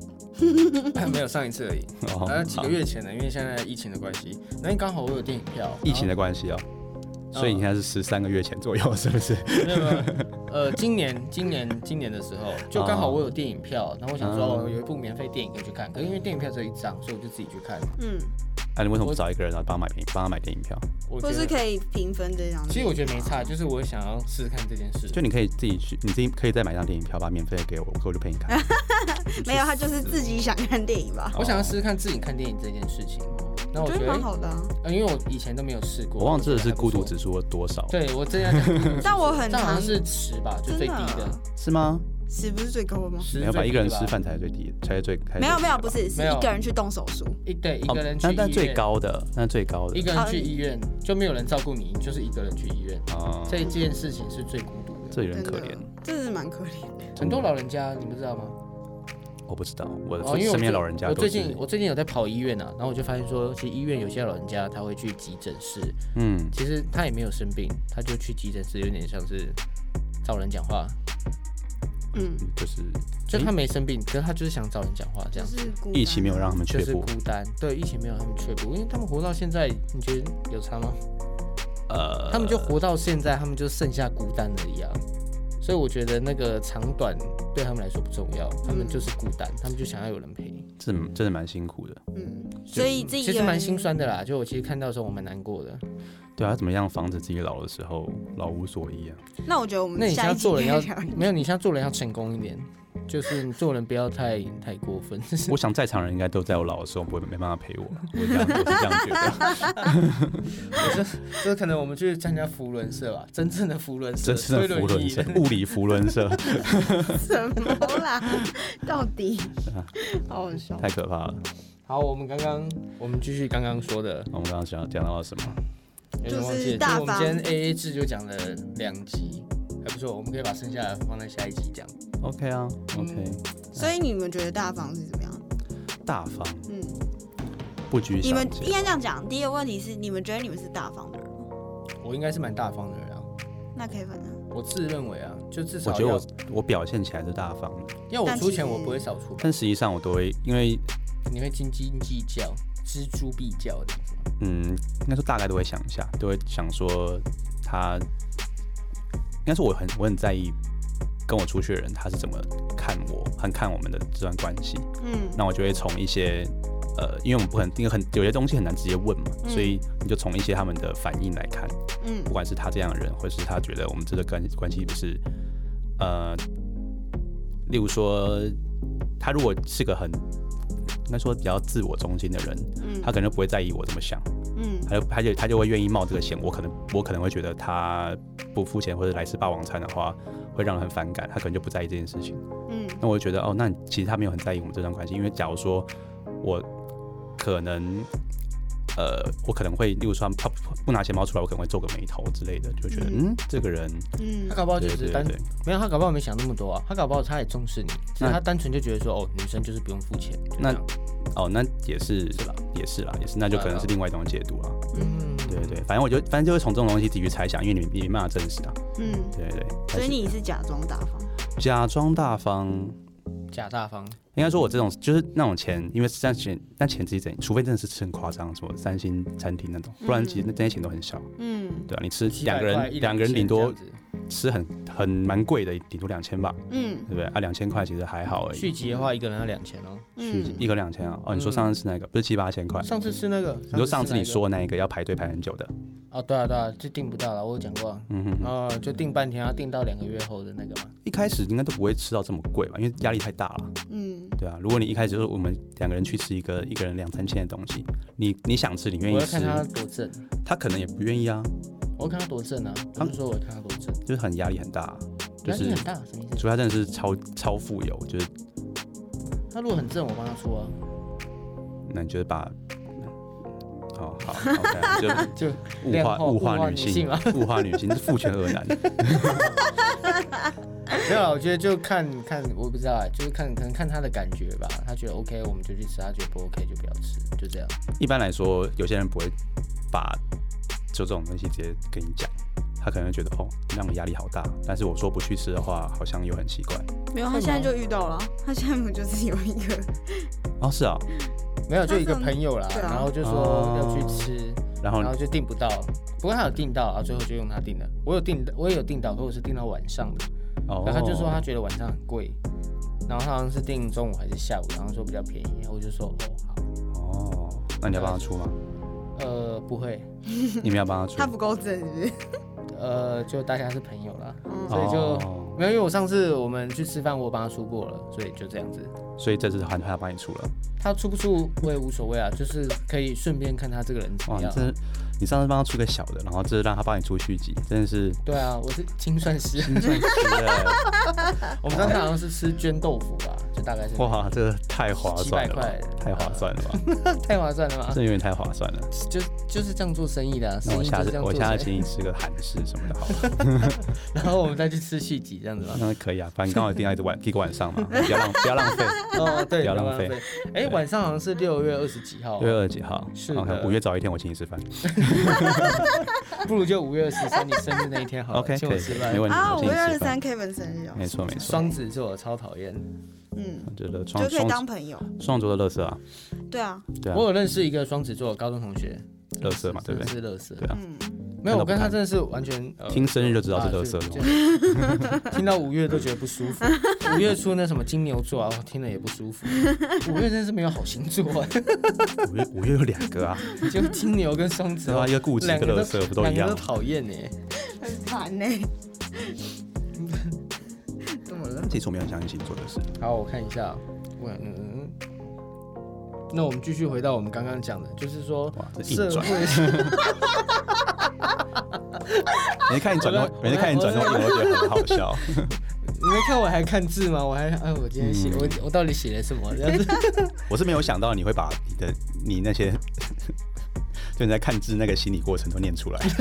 Speaker 1: 没有，上一次而已，
Speaker 2: 哦，
Speaker 1: 呃，几
Speaker 2: 好
Speaker 1: 个月前的，因为现在疫情的关系，那刚好我有电影票，
Speaker 2: 疫情
Speaker 1: 的
Speaker 2: 的关系哦，
Speaker 1: 嗯
Speaker 2: 所以你现在是十三个月前左右，是不是？
Speaker 1: 没有没有，呃，今年今年今年的时候，就刚好我有电影票，然后我想说
Speaker 2: 哦
Speaker 1: 哦有一部免费电影可以去看，可是因为电影票只有一张，所以我就自己去看。
Speaker 3: 嗯，
Speaker 2: 那你为什么不找一个人然后帮他买电帮他买电影票？
Speaker 1: 我觉
Speaker 3: 或是
Speaker 1: 得，
Speaker 3: 可以平分这样。
Speaker 1: 其实我觉得没差，就是我想要试试看这件事。
Speaker 2: 就你可以自己去，你自己可以再买张电影票，把它免费给我，我就陪你看。
Speaker 3: 没有，他就是自己想看电影吧。
Speaker 1: 我想要
Speaker 2: 哦
Speaker 1: 试试看自己看电影这件事情。那我
Speaker 3: 我
Speaker 1: 觉
Speaker 3: 觉得
Speaker 1: 得
Speaker 3: 蛮，好的、啊，
Speaker 1: 呃因为我以前都没有试过，
Speaker 2: 我忘记
Speaker 1: 觉
Speaker 2: 了
Speaker 1: 得
Speaker 2: 是
Speaker 1: 还不
Speaker 2: 孤独
Speaker 1: 错
Speaker 2: 指数多少，
Speaker 1: 对我真的要讲孤独指数，
Speaker 3: 但我很
Speaker 1: 这好像
Speaker 3: 常
Speaker 1: 是十吧，就
Speaker 3: 真
Speaker 1: 最
Speaker 3: 的啊
Speaker 1: 低的，
Speaker 2: 是吗？
Speaker 3: 十不是最高的吗？
Speaker 1: 十最
Speaker 2: 没有吧，
Speaker 1: 低
Speaker 2: 一个人
Speaker 1: 吧
Speaker 2: 吃饭才是最低的，才是最才是最
Speaker 3: 没有没有，
Speaker 2: 低的吧
Speaker 3: 不是，是
Speaker 1: 没有
Speaker 3: 一个人去动手术。
Speaker 1: 一对一
Speaker 2: 哦
Speaker 1: 个人去
Speaker 2: 那
Speaker 1: 医
Speaker 2: 但最
Speaker 1: 院，
Speaker 2: 高的那最高的
Speaker 1: 一个
Speaker 3: 好
Speaker 1: 人去医院就没有人照顾你，你就是一个人去医院，
Speaker 2: 哦，
Speaker 1: 这件事情是最孤独的。
Speaker 2: 这有点
Speaker 3: 真
Speaker 2: 可
Speaker 3: 的
Speaker 2: 怜，，
Speaker 3: 真的蛮可 怜的。
Speaker 1: 很多老人家你不知道吗？
Speaker 2: 我不知道，我
Speaker 1: 哦，
Speaker 2: 的
Speaker 1: 因为我
Speaker 2: 呃身
Speaker 1: 最
Speaker 2: 边老人家
Speaker 1: 我
Speaker 2: 都
Speaker 1: 最
Speaker 2: 是
Speaker 1: 近我最近有在跑医院啊，然后我就发现说，其实医院有些老人家他会去急诊室，
Speaker 2: 嗯，
Speaker 1: 其实他也没有生病，他就去急诊室，有点像是找人讲话，
Speaker 3: 嗯，
Speaker 2: 就是
Speaker 1: 就
Speaker 2: 诶
Speaker 1: 他没生病，
Speaker 2: 嗯
Speaker 1: 可是他就是想找人讲话这
Speaker 3: 就
Speaker 1: 样子。
Speaker 3: 是孤单
Speaker 2: 疫情没有让他们
Speaker 1: 就
Speaker 2: 却
Speaker 1: 是
Speaker 2: 步
Speaker 1: 孤，单，对，疫情没有他们却步，因为他们活到现在，你觉得有差吗？
Speaker 2: 呃，
Speaker 1: 他们就活到现在，他们就剩下孤单而已啊。所以我觉得那个长短对他们来说不重要，他们就是孤单，他们就想要有人陪。
Speaker 2: 这真的蛮辛苦的。
Speaker 3: 嗯，所以自己
Speaker 1: 其实蛮心酸的啦，就我其实看到的时候我蛮难过的。
Speaker 2: 对啊，怎么样防止自己老的时候老无所依啊？
Speaker 3: 那我觉得我们
Speaker 1: 那你现
Speaker 3: 下
Speaker 1: 在
Speaker 3: 一集
Speaker 1: 做人要
Speaker 3: 可以聊一
Speaker 1: 没有，你现在做人要成功一点，就是你做人不要太太过分。
Speaker 2: 我想在场人应该都在我老的时候不会没办法陪我，我这样我是这样觉 得。
Speaker 1: 就是可能我们去参加福伦社吧，真正的福伦社，
Speaker 2: 真是的
Speaker 1: 推
Speaker 2: 福伦
Speaker 1: 椅
Speaker 2: 社
Speaker 1: 的，
Speaker 2: 物理福伦社
Speaker 3: 什么啦？到 底好好笑。
Speaker 2: 太可怕了。
Speaker 1: 好，我们刚刚我们继续刚刚说的，
Speaker 2: 我们刚刚讲讲到了什么？
Speaker 1: 有点忘
Speaker 3: 就
Speaker 1: 记了。就是
Speaker 3: 是大
Speaker 1: 我们
Speaker 3: 方
Speaker 1: 今天 A A 制就讲了两集，还不错，我们可以把剩下的放在下一集讲。
Speaker 2: OK 啊，OK，、
Speaker 1: 嗯
Speaker 3: 所以你们觉得大方是怎么样？
Speaker 2: 大方
Speaker 3: 嗯，
Speaker 2: 不拘
Speaker 3: 你
Speaker 2: 小
Speaker 3: 们应
Speaker 2: 节。
Speaker 3: 该这样讲。第一个问题是，你们觉得你们是大方的人吗？
Speaker 1: 我应该是蛮大方的人啊，
Speaker 3: 那 Kevin 呢？
Speaker 1: 我自认为啊，就至
Speaker 2: 我
Speaker 1: 少
Speaker 2: 觉得我我表现起来是大方的，
Speaker 1: 要要我
Speaker 3: 但
Speaker 1: 出
Speaker 3: 其
Speaker 1: 钱，我
Speaker 3: 实
Speaker 1: 不会少出吧？
Speaker 2: 但实际上我都会，因为
Speaker 1: 你会斤斤计较，锱铢必较这样子吗。
Speaker 2: 嗯，应该说大概都会想一下，都会想说他，应该说我很我很在意跟我出去的人他是怎么看我和看我们的这段关系。
Speaker 3: 嗯
Speaker 2: 那我就会从一些呃，因为我们不可能，因为很有些东西很难直接问嘛，
Speaker 3: 嗯
Speaker 2: 所以你就从一些他们的反应来看，
Speaker 3: 嗯
Speaker 2: 不管是他这样的人，或是他觉得我们这个关关系不是呃例如说，他如果是个很应该说比较自我中心的人，
Speaker 3: 嗯
Speaker 2: 他可能就不会在意我怎么想，
Speaker 3: 嗯
Speaker 2: 他就他就他就会愿意冒这个险。我可能我可能会觉得他不付钱或者来吃霸王餐的话，会让人很反感，他可能就不在意这件事情。
Speaker 3: 嗯
Speaker 2: 那我就觉得哦，那其实他没有很在意我们这段关系，因为假如说我可能呃，我可能会，例如说他不不拿钱包出来，我可能会皱个眉头之类的，就觉得
Speaker 3: 嗯
Speaker 2: 嗯这个人
Speaker 3: 嗯
Speaker 1: 他搞不哦好就
Speaker 2: 对
Speaker 1: 只
Speaker 2: 对
Speaker 1: 是单
Speaker 2: 对，
Speaker 1: 没有，他搞不好没想那么多啊，他搞不好他也重视你，只是他单纯就觉得说，哦，女生就是不用付钱，就这
Speaker 2: 那
Speaker 1: 样
Speaker 2: 哦，那也是
Speaker 1: 是吧？
Speaker 2: 也是啦，也是，那就可能是另外一种解读啦。啊
Speaker 1: 嗯，
Speaker 2: 对对对，反正我就反正就会从这种东西自己去猜想，因为你你没办法证实啊。
Speaker 3: 嗯，
Speaker 2: 对对对，
Speaker 3: 所以
Speaker 2: 但是
Speaker 3: 你是假装大方，
Speaker 2: 假装大方，
Speaker 1: 假大方，
Speaker 2: 应该说我这种就是那种钱，因为但钱但钱其实怎，除非真的是吃很夸张，什么三星餐厅那种，不然其实那这些钱都很小，
Speaker 3: 嗯
Speaker 2: 对啊，你吃
Speaker 1: 几
Speaker 2: 两
Speaker 1: 嗯百
Speaker 2: 个
Speaker 1: 块一
Speaker 2: 人两个人
Speaker 1: 千
Speaker 2: 顶
Speaker 1: 这
Speaker 2: 多
Speaker 1: 样子
Speaker 2: 吃很很蛮贵的，顶多两千吧，
Speaker 3: 嗯
Speaker 2: 对不对？啊，两千块其实还好而已。
Speaker 1: 续集的话，一个人要两千哦。
Speaker 2: 续
Speaker 3: 嗯
Speaker 2: 一个两千啊？哦，你说
Speaker 1: 嗯
Speaker 2: 上次吃那个不是七八千块？
Speaker 1: 上次吃那个，
Speaker 2: 嗯你说上
Speaker 1: 吃
Speaker 2: 次
Speaker 1: 哪
Speaker 2: 你
Speaker 1: 个
Speaker 2: 说那一个要排队排很久的，
Speaker 1: 哦，对啊对啊，就订不到了，我有讲过啊，
Speaker 2: 嗯哼哼，
Speaker 1: 呃，就订半天，要订到两个月后的那个嘛。
Speaker 2: 一开始应该都不会吃到这么贵吧？因为压力太大了，
Speaker 3: 嗯
Speaker 2: 对啊。如果你一开始就是我们两个人去吃一个一个人两三千的东西，你你想吃，你愿意
Speaker 1: 我要
Speaker 2: 吃
Speaker 1: 看，他多正，
Speaker 2: 他可能也不愿意啊，
Speaker 1: 我要看他多正啊，
Speaker 2: 他
Speaker 1: 他们说我要看他多正，
Speaker 2: 就是很压力很大啊，就
Speaker 1: 压力
Speaker 2: 是
Speaker 1: 很大，什么意思？
Speaker 2: 除非他真的是超超富有，就是
Speaker 1: 他如果很正，我帮他出啊。
Speaker 2: 那你就是把。哦，好，OK，就
Speaker 1: 就
Speaker 2: 物
Speaker 1: 量
Speaker 2: 化
Speaker 1: 化
Speaker 2: 物
Speaker 1: 物
Speaker 2: 化
Speaker 1: 化
Speaker 2: 女
Speaker 1: 女性
Speaker 2: 性
Speaker 1: 啊，
Speaker 2: 物化女性是父权而男，
Speaker 1: 没有啦，我觉得就看看，我不知道啊，就是看可能看他的感觉吧。他觉得 OK，我们就去吃；他觉得不 OK 就不要吃，就这样。
Speaker 2: 一般来说，有些人不会把就这种东西直接跟你讲，他可能会觉得哦，让你压力好大。但是我说不去吃的话，好像又很奇怪。
Speaker 3: 没有，他现在就遇到了，他现在不就是有一个，
Speaker 2: 哦，是啊、
Speaker 1: 没有，就一个
Speaker 3: 他这样
Speaker 1: 朋友啦，
Speaker 3: 对啊
Speaker 1: 然后就
Speaker 2: 哦
Speaker 1: 说要去吃，
Speaker 2: 然后
Speaker 1: 然后就订不到。不过他有订到啊，最后就用他订的。我有订，我也有订到，可我是订到晚上的。
Speaker 2: 哦，
Speaker 1: 然后他就说他觉得晚上很贵，然后他好像是订中午还是下午，然后说比较便宜。我就说哦好，
Speaker 2: 哦，那你要帮他出吗？
Speaker 1: 呃不会，
Speaker 2: 你们要帮他
Speaker 3: 他
Speaker 2: 出？
Speaker 3: 不够正是不是？
Speaker 1: 呃就大家是朋友啦，
Speaker 3: 嗯
Speaker 1: 所以就
Speaker 2: 哦、
Speaker 1: 没有，因为我上次我们去吃饭，我有帮他出过了，所以就这样子。
Speaker 2: 所以这次他他帮你出了。
Speaker 1: 他出不出我也无所谓啊，就是可以顺便看他这个人怎么
Speaker 2: 哇，你
Speaker 1: 样。啊
Speaker 2: 这你上次帮他出个小的，然后这次让他帮你出续集，真的是
Speaker 1: 对啊，我是精算师。啊
Speaker 2: 心算师哎！
Speaker 1: 我们上次好像是吃绢豆腐吧，就大概是
Speaker 2: 哇，这太划算了
Speaker 1: 700
Speaker 2: 吧
Speaker 1: 块，
Speaker 2: 太划算了 吧，
Speaker 1: 太划算了吧？
Speaker 2: 这有点太划算了。
Speaker 1: 就就是这样做生意的、啊，
Speaker 2: 那
Speaker 1: 生
Speaker 2: 我
Speaker 1: 意就
Speaker 2: 下
Speaker 1: 是这
Speaker 2: 次
Speaker 1: 样
Speaker 2: 我
Speaker 1: 做
Speaker 2: 下次
Speaker 1: 生意。
Speaker 2: 请你吃个韩式什么的好了。
Speaker 1: 然后我们再去吃续集这样子 吧。
Speaker 2: 那可以啊，反正刚好定在晚一个晚 上嘛，不要浪不要浪费。
Speaker 1: 哦，对，
Speaker 2: 不要浪
Speaker 1: 没办法。哎，晚上好像是六月二十几号啊，
Speaker 2: 六月二十几号，
Speaker 1: 是
Speaker 2: 好看
Speaker 1: 的
Speaker 2: 五月早一天我请你吃饭
Speaker 1: 不如就五月二十三你生日那一天好了
Speaker 2: ，OK
Speaker 1: 请
Speaker 2: 可
Speaker 1: 我
Speaker 2: 以
Speaker 1: 吃，
Speaker 2: 没
Speaker 1: 饭。
Speaker 2: 问题，
Speaker 3: 啊，
Speaker 2: 我
Speaker 3: 五
Speaker 2: 请
Speaker 3: 月
Speaker 2: 你
Speaker 3: 二
Speaker 2: 吃
Speaker 3: 十
Speaker 2: 饭
Speaker 3: 三。Kevin 生日哦，
Speaker 2: 没错没错，
Speaker 1: 双子座我超讨厌，
Speaker 3: 嗯，
Speaker 2: 我觉得
Speaker 3: 就
Speaker 2: 双
Speaker 3: 可以当
Speaker 2: 双
Speaker 3: 朋友，
Speaker 2: 双族的垃圾啊，
Speaker 3: 对啊，
Speaker 2: 对啊
Speaker 1: 我，有认识一个双子座的高中同学，
Speaker 2: 垃圾嘛，对不
Speaker 1: 真
Speaker 2: 对？
Speaker 1: 的是乐色
Speaker 2: 对，啊，
Speaker 3: 嗯，
Speaker 1: 没有，我跟他
Speaker 2: 看
Speaker 1: 真的是完全呃
Speaker 2: 嗯听生日就知道是
Speaker 1: 啊
Speaker 2: 垃圾
Speaker 1: 就
Speaker 2: 了。
Speaker 1: 就 听到五月都觉得不舒服，五月初那什么金牛座啊，我听了也不舒服。五月真是没有好星座啊，
Speaker 2: 五月五月有两个啊，
Speaker 1: 就金牛跟双子
Speaker 2: 对吧？
Speaker 1: 啊
Speaker 2: 一，个固执，
Speaker 1: 嗯
Speaker 2: 一
Speaker 1: 两
Speaker 2: 个
Speaker 1: 个
Speaker 2: 垃圾，不都
Speaker 1: 两
Speaker 2: 一
Speaker 1: 个
Speaker 2: 样
Speaker 1: 都
Speaker 2: 吗？
Speaker 1: 讨厌呢。
Speaker 3: 很烦欸呢。怎么了？
Speaker 2: 其实我没有相信星座的事，
Speaker 1: 好，我看一下，我嗯，那我们继续回到我们刚刚讲的，就是说
Speaker 2: 哇，这硬
Speaker 1: 社
Speaker 2: 转。
Speaker 1: 会。
Speaker 2: 每天看你转动
Speaker 1: 我在，
Speaker 2: 每天看你转动，我都觉得很好笑。
Speaker 1: 你没看我还看字吗？我还哎，我今天写、
Speaker 2: 嗯
Speaker 1: 我我到底写了什么？这样子
Speaker 2: 我是没有想到你会把你的你那些 就你在看字那个心理过程都念出 来。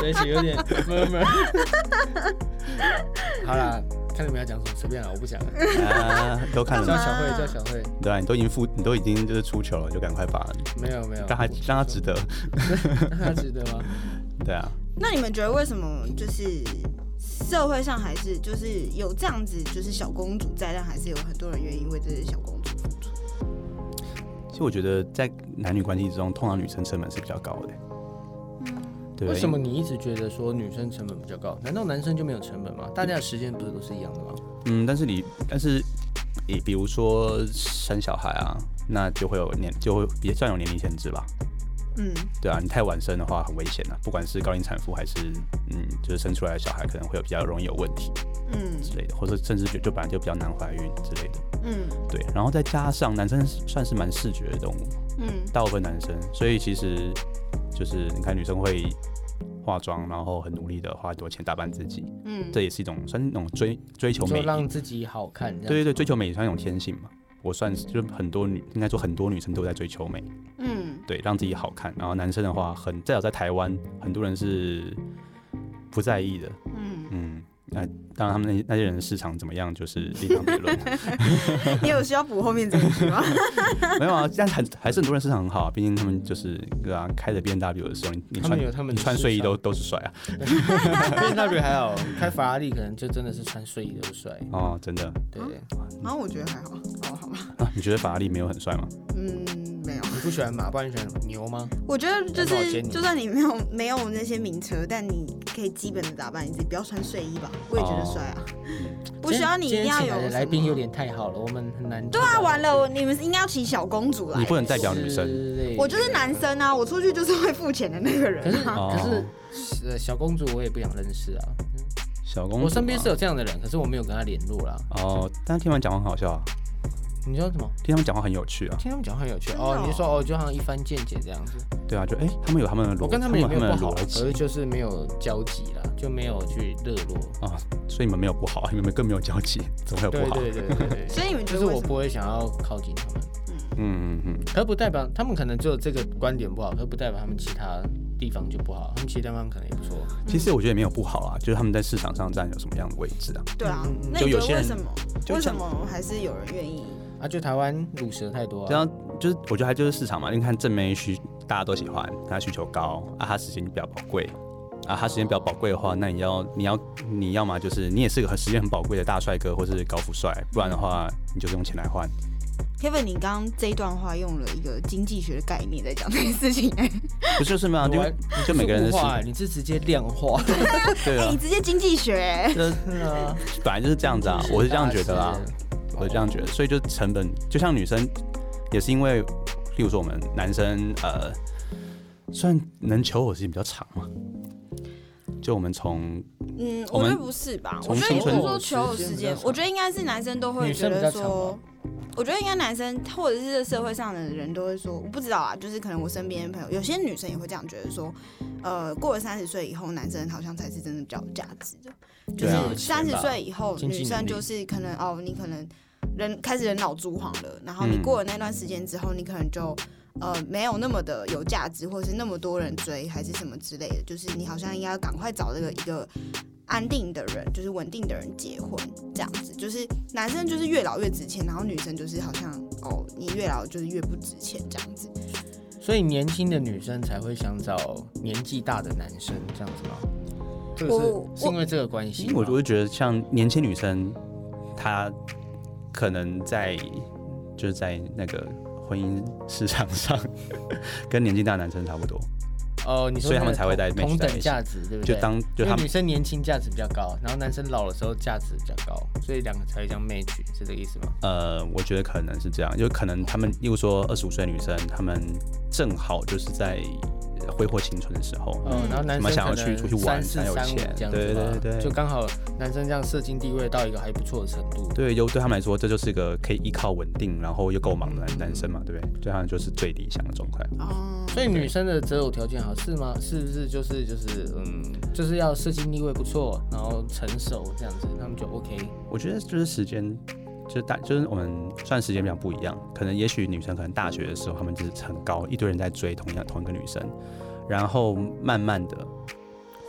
Speaker 1: 对不起，有点没 没。好啦，看你们要讲什么，随便啦，我不讲了。
Speaker 2: 啊，都看
Speaker 1: 叫
Speaker 2: 了，
Speaker 1: 小慧，叫小慧，
Speaker 2: 对啊，你都已经付，你都已经就是出球了，就赶快把
Speaker 1: 没有没有，
Speaker 2: 让他
Speaker 1: 我
Speaker 2: 让他值得，
Speaker 1: 让 他值得吗？
Speaker 2: 对啊，
Speaker 3: 那你们觉得为什么就是社会上还是就是有这样子就是小公主在，但还是有很多人愿意为这些小公主付出？
Speaker 2: 其实我觉得在男女关系之中，通常女生成本是比较高的，对不对
Speaker 1: 为什么？你一直觉得说女生成本比较高？难道男生就没有成本吗？大家的时间不是都是一样的吗？
Speaker 2: 嗯，但是你，但是你比如说生小孩啊，那就会有年，就会也算有年龄限制吧。
Speaker 3: 嗯
Speaker 2: 对啊，你太晚生的话很危险啊，不管是高龄产妇还是嗯，就是生出来的小孩可能会有比较容易有问题。
Speaker 3: 嗯
Speaker 2: 之类的，或者甚至就就本来就比较难怀孕之类的。
Speaker 3: 嗯
Speaker 2: 对，然后再加上男生是算是蛮视觉的动物，
Speaker 3: 嗯
Speaker 2: 大部分男生，所以其实就是你看女生会化妆，然后很努力的花很多钱打扮自己，
Speaker 3: 嗯，
Speaker 2: 这也是一种算是那种追追求
Speaker 1: 就
Speaker 2: 美，
Speaker 1: 让自己好看这样。
Speaker 2: 对 对对，追求美也算一种天性嘛。我算是就是很多女，应该说很多女生都在追求美，
Speaker 3: 嗯
Speaker 2: 对，让自己好看。然后男生的话很，至少在台湾，很多人是不在意的，
Speaker 3: 嗯，
Speaker 2: 嗯。那当然，他们那那些人的市场怎么样，就是另当别论。
Speaker 3: 你有需要补后面这一句吗？
Speaker 2: 没有啊，但很还是很多人市场很好啊，毕竟他们就是对啊，开着 B N W 的时候，你你
Speaker 1: 他们
Speaker 2: 穿
Speaker 1: 有他们
Speaker 2: 你
Speaker 1: 的
Speaker 2: 穿
Speaker 1: 市
Speaker 2: 睡衣
Speaker 1: 场
Speaker 2: 都都是帅啊。
Speaker 1: 对，那边还好，开法拉利可能就真的是穿睡衣都帅。
Speaker 2: 哦，真的
Speaker 1: 对，
Speaker 3: 啊然后我觉得还好，好吧好吧，
Speaker 2: 啊？你觉得法拉利没有很帅吗？
Speaker 3: 嗯，没有。
Speaker 1: 你不喜欢马，不然你喜欢牛吗？
Speaker 3: 我觉得就
Speaker 1: 那我
Speaker 3: 是，
Speaker 1: 接你
Speaker 3: 就算你没有没有那些名车，但你可以基本的打扮你自己，不要穿睡衣吧。我也觉得帅啊，不需要你一定要
Speaker 1: 哦今天请来
Speaker 3: 有
Speaker 1: 的来宾有
Speaker 3: 什么。
Speaker 1: 点太好了，我们很难。
Speaker 3: 对啊，完了，我你们是应该要请小公主来。
Speaker 2: 你不能代表女生
Speaker 1: 之类的
Speaker 3: 我就是男生啊，我出去就是会付钱的那个
Speaker 1: 可
Speaker 3: 人
Speaker 1: 是
Speaker 3: 啊。
Speaker 2: 哦
Speaker 1: 可是呃，小公主我也不想认识啊。
Speaker 2: 小公主吗，啊
Speaker 1: 我身边是有这样的人，可是我没有跟她联络啦。
Speaker 2: 哦，但是听他们讲话很好笑啊，
Speaker 1: 你说什么？
Speaker 2: 听他们讲话很有趣啊，
Speaker 1: 听他们讲话很有趣
Speaker 3: 真的
Speaker 1: 哦
Speaker 3: 哦。
Speaker 1: 你说哦，就好像一帆见解这样子。
Speaker 2: 对啊，就哎、他们有他们的逻，
Speaker 1: 我跟
Speaker 2: 他
Speaker 1: 他们也没
Speaker 2: 有
Speaker 1: 有
Speaker 2: 他
Speaker 1: 不
Speaker 2: 们
Speaker 1: 好，
Speaker 2: 的逻
Speaker 1: 可是
Speaker 2: 辑
Speaker 1: 就是没有交集啦，就没有去热络。
Speaker 2: 啊、所以你们没有不好，你们更没有交集，怎么会有
Speaker 1: 对
Speaker 2: 不好？啊
Speaker 1: 对对对对。
Speaker 3: 所以你们觉
Speaker 1: 就
Speaker 3: 得
Speaker 1: 是
Speaker 3: 为
Speaker 1: 我
Speaker 3: 什么
Speaker 1: 不会想要靠近他们，
Speaker 2: 嗯嗯嗯，
Speaker 1: 可不代表他们可能只有这个观点不好，可不代表他们其他地方就不好，他们其他地方可能也不错。
Speaker 2: 其实我觉得也没有不好啊，就是他们在市场上占有什么样的位置啊？
Speaker 3: 对啊
Speaker 1: 嗯，
Speaker 3: 那
Speaker 2: 就
Speaker 3: 你觉
Speaker 2: 有
Speaker 3: 得
Speaker 2: 些
Speaker 3: 为
Speaker 2: 人
Speaker 3: 什么？
Speaker 2: 就
Speaker 3: 为什
Speaker 2: 像
Speaker 3: 么还是有人愿意？
Speaker 1: 啊，就台湾乳蛇太多
Speaker 2: 这
Speaker 1: 啊，
Speaker 2: 样就是我觉得还就是市场嘛，你看正妹需大家都喜欢，它需求高啊，它时间比较宝贵啊，它时间比较宝贵的话，那你要你要你要嘛就是你也是个很时间很宝贵的大帅哥或是高富帅，不然的话你就是用钱来换。
Speaker 3: Kevin，你刚刚这一段话用了一个经济学的概念在讲这件事情、哎，
Speaker 2: 不就是吗？
Speaker 1: 我
Speaker 2: 就
Speaker 1: 还
Speaker 2: 就每个人的
Speaker 1: 是物化
Speaker 2: 是，
Speaker 1: 欸，你是直接量 化，
Speaker 2: 对
Speaker 3: 哎
Speaker 2: 啊
Speaker 3: 你，直接经济学、哎
Speaker 2: 这
Speaker 1: 对啊，
Speaker 2: 本来就是这样子啊，我是这样觉得啦，我是这样觉得，所以就成本，就像女生也是因为，例如说我们男生呃，虽然能求偶时间比较长嘛，就我们从
Speaker 3: 嗯，
Speaker 2: 我
Speaker 3: 我觉
Speaker 2: 们
Speaker 3: 得不是吧？我
Speaker 2: 从
Speaker 3: 觉得也不
Speaker 2: 青
Speaker 3: 是
Speaker 2: 春
Speaker 3: 说求偶时
Speaker 1: 时间
Speaker 3: 间
Speaker 1: 比较，长
Speaker 3: 我觉得应该是男生都会
Speaker 1: 女
Speaker 3: 觉
Speaker 1: 生比
Speaker 3: 得
Speaker 1: 较长
Speaker 3: 说
Speaker 1: 吧，
Speaker 3: 我觉得应该男生或者是这社会上的人都会说，我不知道啊，就是可能我身边的朋友，有些女生也会这样觉得说，呃，过了三十岁以后，男生好像才是真的比较有价值的，就
Speaker 2: 对啊
Speaker 3: 是三十
Speaker 2: 钱吧
Speaker 3: 岁以后，
Speaker 1: 经济
Speaker 3: 女生
Speaker 1: 能力
Speaker 3: 就是可能哦，你可能人开始人老珠黄了，然后你
Speaker 2: 嗯
Speaker 3: 过了那段时间之后，你可能就。呃，没有那么的有价值，或者是那么多人追，还是什么之类的，就是你好像应该要赶快找这个一个安定的人，就是稳定的人结婚这样子，就是男生就是越老越值钱，然后女生就是好像哦，你越老就是越不值钱这样子。
Speaker 1: 所以年轻的女生才会想找年纪大的男生，这样子吗？这个
Speaker 3: 我
Speaker 1: 是是因为这个关系吗？
Speaker 2: 我我就觉得像年轻女生，她可能在就是在那个婚姻市场上跟年纪大的男生差不多，
Speaker 1: 哦，你说
Speaker 2: 所以他们
Speaker 1: 那个
Speaker 2: 才会在
Speaker 1: 同同
Speaker 2: match 在一
Speaker 1: 等
Speaker 2: 起
Speaker 1: 价值，对不
Speaker 2: 就
Speaker 1: 对？
Speaker 2: 当就
Speaker 1: 因为
Speaker 2: 他们
Speaker 1: 女生年轻价值比较高，然后男生老的时候价值比较高，所以两个才会这样 match，是这个意思吗？
Speaker 2: 呃，我觉得可能是这样，就可能他们，例如说二十五岁女生，她们正好就是在挥霍青春的时候，
Speaker 1: 嗯，然后男
Speaker 2: 什么
Speaker 1: 生
Speaker 2: 想要
Speaker 1: 可能
Speaker 2: 去出去
Speaker 1: 三
Speaker 2: 玩
Speaker 1: 四
Speaker 2: 才有
Speaker 1: 三五
Speaker 2: 钱
Speaker 1: 这样
Speaker 2: 对
Speaker 1: 子吧，
Speaker 2: 对对
Speaker 1: 就刚好男生这样社经地位到一个还不错的程度，
Speaker 2: 对，又对他们来说，这就是一个可以依靠稳定，然后又够忙的男男生嘛，对不对？对他们就是最理想的状态。
Speaker 3: 哦，
Speaker 1: 所以女生的择偶条件好是吗？是不是就是就是嗯，就是要社经地位不错，然后成熟这样子，他们就 OK。
Speaker 2: 我觉得就是时间，就是大，就是我们算时间比较不一样。可能也许女生可能大学的时候，她们就是很高，一堆人在追同样同一个女生，然后慢慢的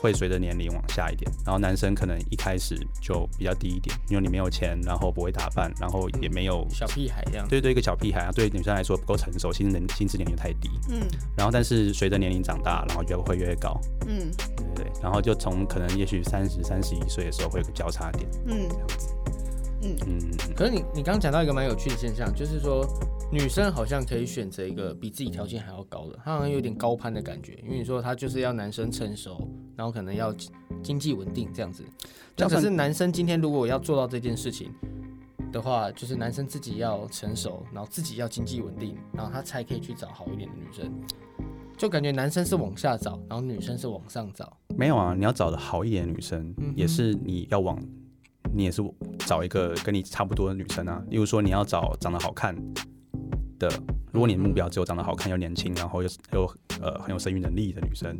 Speaker 2: 会随着年龄往下一点。然后男生可能一开始就比较低一点，因为你没有钱，然后不会打扮，然后也没有。
Speaker 1: 小屁孩这样。
Speaker 2: 对对，一个小屁孩啊，对女生来说不够成熟，心智能心智年龄太低。
Speaker 3: 嗯
Speaker 2: 然后，但是随着年龄长大，然后越会越高，
Speaker 3: 嗯
Speaker 2: 对对对。然后就从可能也许三十、三十一岁的时候会有个交叉点，
Speaker 3: 嗯
Speaker 2: 这样子。
Speaker 3: 嗯
Speaker 2: 嗯，
Speaker 1: 可是你你刚刚讲到一个蛮有趣的现象，就是说女生好像可以选择一个比自己条件还要高的，她好像有点高攀的感觉，因为你说她就是要男生成熟，然后可能要经经济稳定这样子。
Speaker 2: 这
Speaker 1: 但
Speaker 2: 样
Speaker 1: 可
Speaker 2: 算
Speaker 1: 是男生今天如果要做到这件事情的话，就是男生自己要成熟，然后自己要经济稳定，然后他才可以去找好一点的女生。就感觉男生是往下找，然后女生是往上找。
Speaker 2: 没有啊，你要找的好一点的女生，
Speaker 1: 嗯哼
Speaker 2: 也是你要往你也是找一个跟你差不多的女生啊。例如说，你要找长得好看的，如果你的目标只有长得好看又年轻，然后又又呃很有生育能力的女生，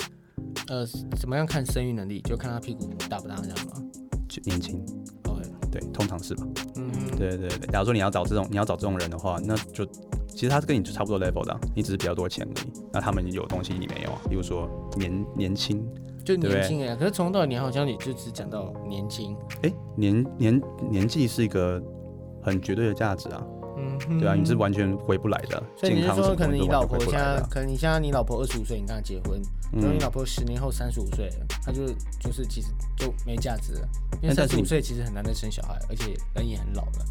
Speaker 1: 呃，怎么样看生育能力？就看他屁股大不大这样吗
Speaker 2: 就年轻，
Speaker 1: ？OK，
Speaker 2: 对，通常是吧？
Speaker 1: 嗯哼，
Speaker 2: 对对对。假如说你要找这种你要找这种人的话，那就其实他是跟你就差不多 level 的啊、你只是比较多钱而已。那他们有东西你没有啊，例如说年年轻，
Speaker 1: 就
Speaker 2: 对不
Speaker 1: 年
Speaker 2: 对
Speaker 1: 轻哎、可是从头到尾你好像也就只讲到年轻，
Speaker 2: 哎，年年年纪是一个很绝对的价值啊，
Speaker 1: 嗯哼，
Speaker 2: 对啊，你是完全回不来的，
Speaker 1: 所以你
Speaker 2: 健
Speaker 1: 是
Speaker 2: 康什
Speaker 1: 说，
Speaker 2: 么
Speaker 1: 可
Speaker 2: 东
Speaker 1: 能
Speaker 2: 西
Speaker 1: 你
Speaker 2: 都
Speaker 1: 老
Speaker 2: 完
Speaker 1: 婆
Speaker 2: 全回嗯不
Speaker 1: 现在
Speaker 2: 来的啊，。
Speaker 1: 可能你现在你老婆二十五岁，你跟她结婚，然后你老婆十年后三十五岁了，她就就是其实就没价值了，因为
Speaker 2: 那
Speaker 1: 三
Speaker 2: 但是
Speaker 1: 十五
Speaker 2: 你
Speaker 1: 岁其实很难再生小孩，而且人也很老了。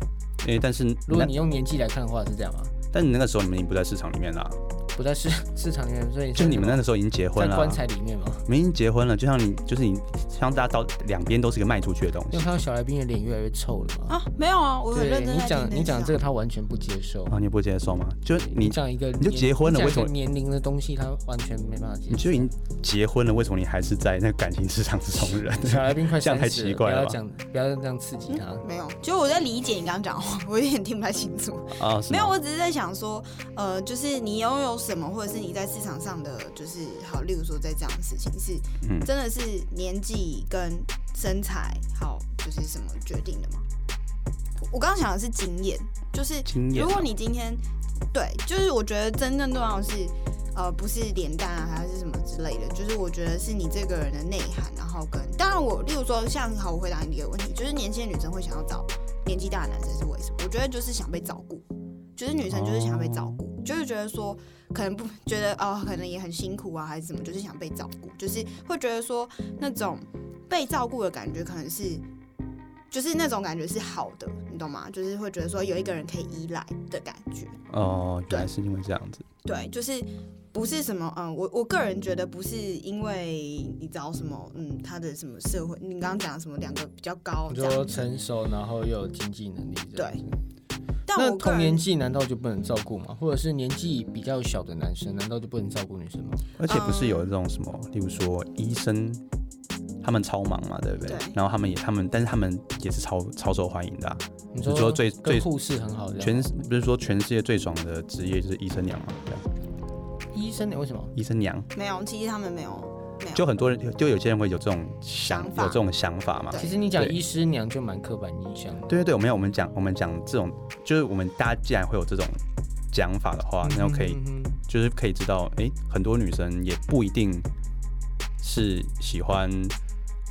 Speaker 2: 哎、但是
Speaker 1: 如果
Speaker 2: 那
Speaker 1: 你用年纪来看的话，是这样吗？
Speaker 2: 但你那个时候你们已经不在市场里面啦，
Speaker 1: 不在市 市场里面，所以
Speaker 2: 就你们那
Speaker 1: 在
Speaker 2: 个时候已经结婚
Speaker 1: 在
Speaker 2: 了
Speaker 1: 棺
Speaker 2: 啊，
Speaker 1: 材里面嘛。
Speaker 2: 你们已经结婚了，就像你就是你，像大家到两边都是一个卖出去的东
Speaker 1: 因
Speaker 2: 西
Speaker 1: 为看到小来宾的脸越来越臭了嘛。
Speaker 3: 啊，没有啊，我很
Speaker 1: 对
Speaker 3: 认真
Speaker 1: 你
Speaker 3: 在听
Speaker 1: 讲
Speaker 3: 那
Speaker 1: 你讲
Speaker 3: 集啊
Speaker 1: 这个，他完全不接受。
Speaker 2: 啊，你不接受吗？就是你
Speaker 1: 讲一个
Speaker 2: 你就
Speaker 1: 年
Speaker 2: 结婚
Speaker 1: 你
Speaker 2: 了
Speaker 1: 讲
Speaker 2: 为什么
Speaker 1: 一个年龄的东西，他完全没办法接受。
Speaker 2: 你就已经结婚了，为什么你还是在那个感情市场之中 人？
Speaker 1: 小来宾快
Speaker 2: 这样
Speaker 1: 三
Speaker 2: 太
Speaker 1: 十
Speaker 2: 奇
Speaker 1: 了，不
Speaker 2: 怪了
Speaker 1: 要
Speaker 2: 吧
Speaker 1: 讲，不要这样刺激他。
Speaker 3: 没有，就我在理解你刚刚讲的话，我有点听不太清楚。
Speaker 1: 哦
Speaker 2: 啊，是
Speaker 3: 没有，
Speaker 2: 吗
Speaker 3: 我只是在想说，呃，就是你拥有什么，或者是你在市场上的，就是好，例如说在这样的事情是，
Speaker 2: 嗯
Speaker 3: 真的是年纪跟身材好，就是什么决定的吗？我我刚刚想的是经验，就是
Speaker 2: 经验啊
Speaker 3: 如果你今天对，就是我觉得真正重要的是，呃，不是脸蛋啊，还是什么之类的，就是我觉得是你这个人的内涵，然后跟当然我，例如说像好，我回答你一个问题，就是年轻的女生会想要找年纪大的男生是为什么？我觉得就是想被照顾，就是女生就是想要被照
Speaker 1: 哦
Speaker 3: 顾，就是觉得说可能不觉得哦，可能也很辛苦啊，还是什么，就是想被照顾，就是会觉得说那种被照顾的感觉可能是。就是那种感觉是好的，你懂吗？就是会觉得说有一个人可以依赖的感觉。
Speaker 2: 哦，原来是因为这样子。
Speaker 3: 对，就是不是什么，嗯，我我个人觉得不是因为你找什么，嗯，他的什么社会，你刚刚讲什么两个比较高
Speaker 1: 你
Speaker 3: 这样
Speaker 1: 说
Speaker 3: 子，
Speaker 1: 成熟，然后又有经济能力这样子。
Speaker 3: 但
Speaker 1: 那
Speaker 3: 我个
Speaker 1: 同年
Speaker 3: 人
Speaker 1: 纪难道就不能照顾吗？或者是年纪比较小的男生难道就不能照顾女生吗？
Speaker 2: 而且不是有这种什么，例如说医生，他们超忙嘛，对不对？
Speaker 3: 对
Speaker 2: 然后他们也他们，但是他们也是超超受欢迎的、啊。
Speaker 1: 你
Speaker 2: 你说最
Speaker 1: 跟
Speaker 2: 最
Speaker 1: 护士很好这样，
Speaker 2: 全不是说全世界最爽的职业就是医生娘嘛，对啊
Speaker 1: 医生为什么？
Speaker 2: 医生娘
Speaker 3: 没有，其实他们没有没有，
Speaker 2: 就很多人就有些人会有这种想
Speaker 3: 想法
Speaker 2: 有这种想法嘛。
Speaker 3: 对
Speaker 1: 其实你讲
Speaker 2: 对
Speaker 1: 医师娘就蛮刻板印象的。
Speaker 2: 对对对，我们有我们讲我们讲这种，就是我们大家既然会有这种讲法的话，那就可以
Speaker 1: 嗯哼嗯哼
Speaker 2: 就是可以知道，诶，很多女生也不一定是喜欢，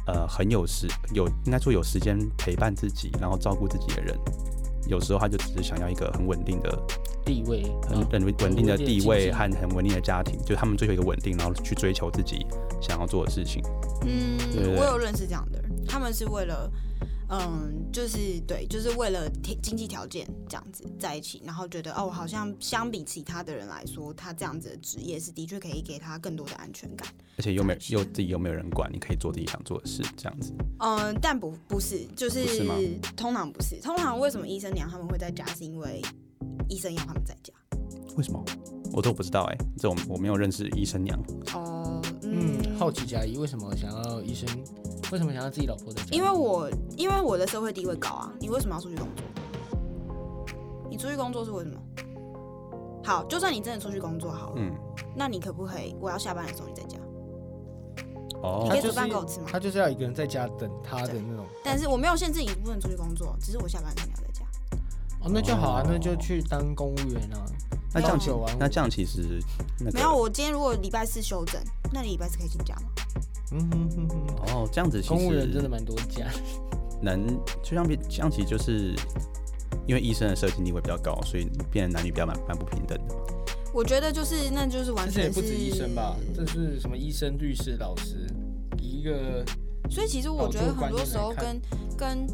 Speaker 2: 呃，很有时有应该说有时间陪伴自己，然后照顾自己的人。有时候她就只是想要一个很稳定的、
Speaker 1: 地位
Speaker 2: 很
Speaker 1: 啊
Speaker 2: 很嗯稳定的地位
Speaker 1: 经济
Speaker 2: 和很稳定的家庭，就他们追求一个稳定，然后去追求自己想要做的事情。
Speaker 3: 嗯
Speaker 2: 对对，
Speaker 3: 我有认识这样的人，他们是为了。嗯，就是对，就是为了经经济条件这样子在一起，然后觉得哦，好像相比其他的人来说，他这样子的职业是的确可以给他更多的安全感。
Speaker 2: 而且又没有
Speaker 3: 是
Speaker 2: 又自己又没有人管，你可以做自己想做的事，这样子。
Speaker 3: 嗯，但不不是，就是
Speaker 2: 不是吗
Speaker 3: 通常不是。通常为什么医生娘他们会在家，是因为医生要他们在家。
Speaker 2: 为什么？我都不知道哎、这种我没有认识医生娘，
Speaker 3: 哦，嗯，
Speaker 1: 嗯，好奇加一，为什么想要医生？为什么想要自己老婆的？
Speaker 3: 因为我因为我的社会地位高啊，你为什么要出去工作？你出去工作是为什么？好，就算你真的出去工作好了，
Speaker 2: 嗯，
Speaker 3: 那你可不可以我要下班的时候你在家？
Speaker 2: 哦
Speaker 3: 你
Speaker 1: 他
Speaker 3: 可以
Speaker 1: 就
Speaker 3: 煮饭
Speaker 1: 是
Speaker 3: 给我吃吗？
Speaker 1: 他就是要一个人在家等他的那种。
Speaker 3: 但是我没有限制你不能出去工作，只是我下班的时候你要在家。
Speaker 1: 哦，那就好啊
Speaker 2: 哦，
Speaker 1: 那就去当公务员啊。
Speaker 2: 那这样
Speaker 1: 朝九晚五
Speaker 2: 那这样其实那个
Speaker 3: 没有，我今天如果礼拜四休整，那你礼拜四可以请假吗？
Speaker 1: 嗯哼哼哼，
Speaker 2: 哦，这样子其
Speaker 1: 公务员真的
Speaker 2: 实
Speaker 1: 蛮多家。
Speaker 2: 能就像变这样，其实就是因为医生的社经地位比较高，所以变得男女比较蛮蛮不平等的。
Speaker 3: 我觉得就是那就是完
Speaker 1: 其实
Speaker 3: 全
Speaker 1: 也
Speaker 3: 是
Speaker 1: 不止医生吧，这 是什么医生、律师、老师，以一个
Speaker 3: 所以其实我觉得很多时候跟跟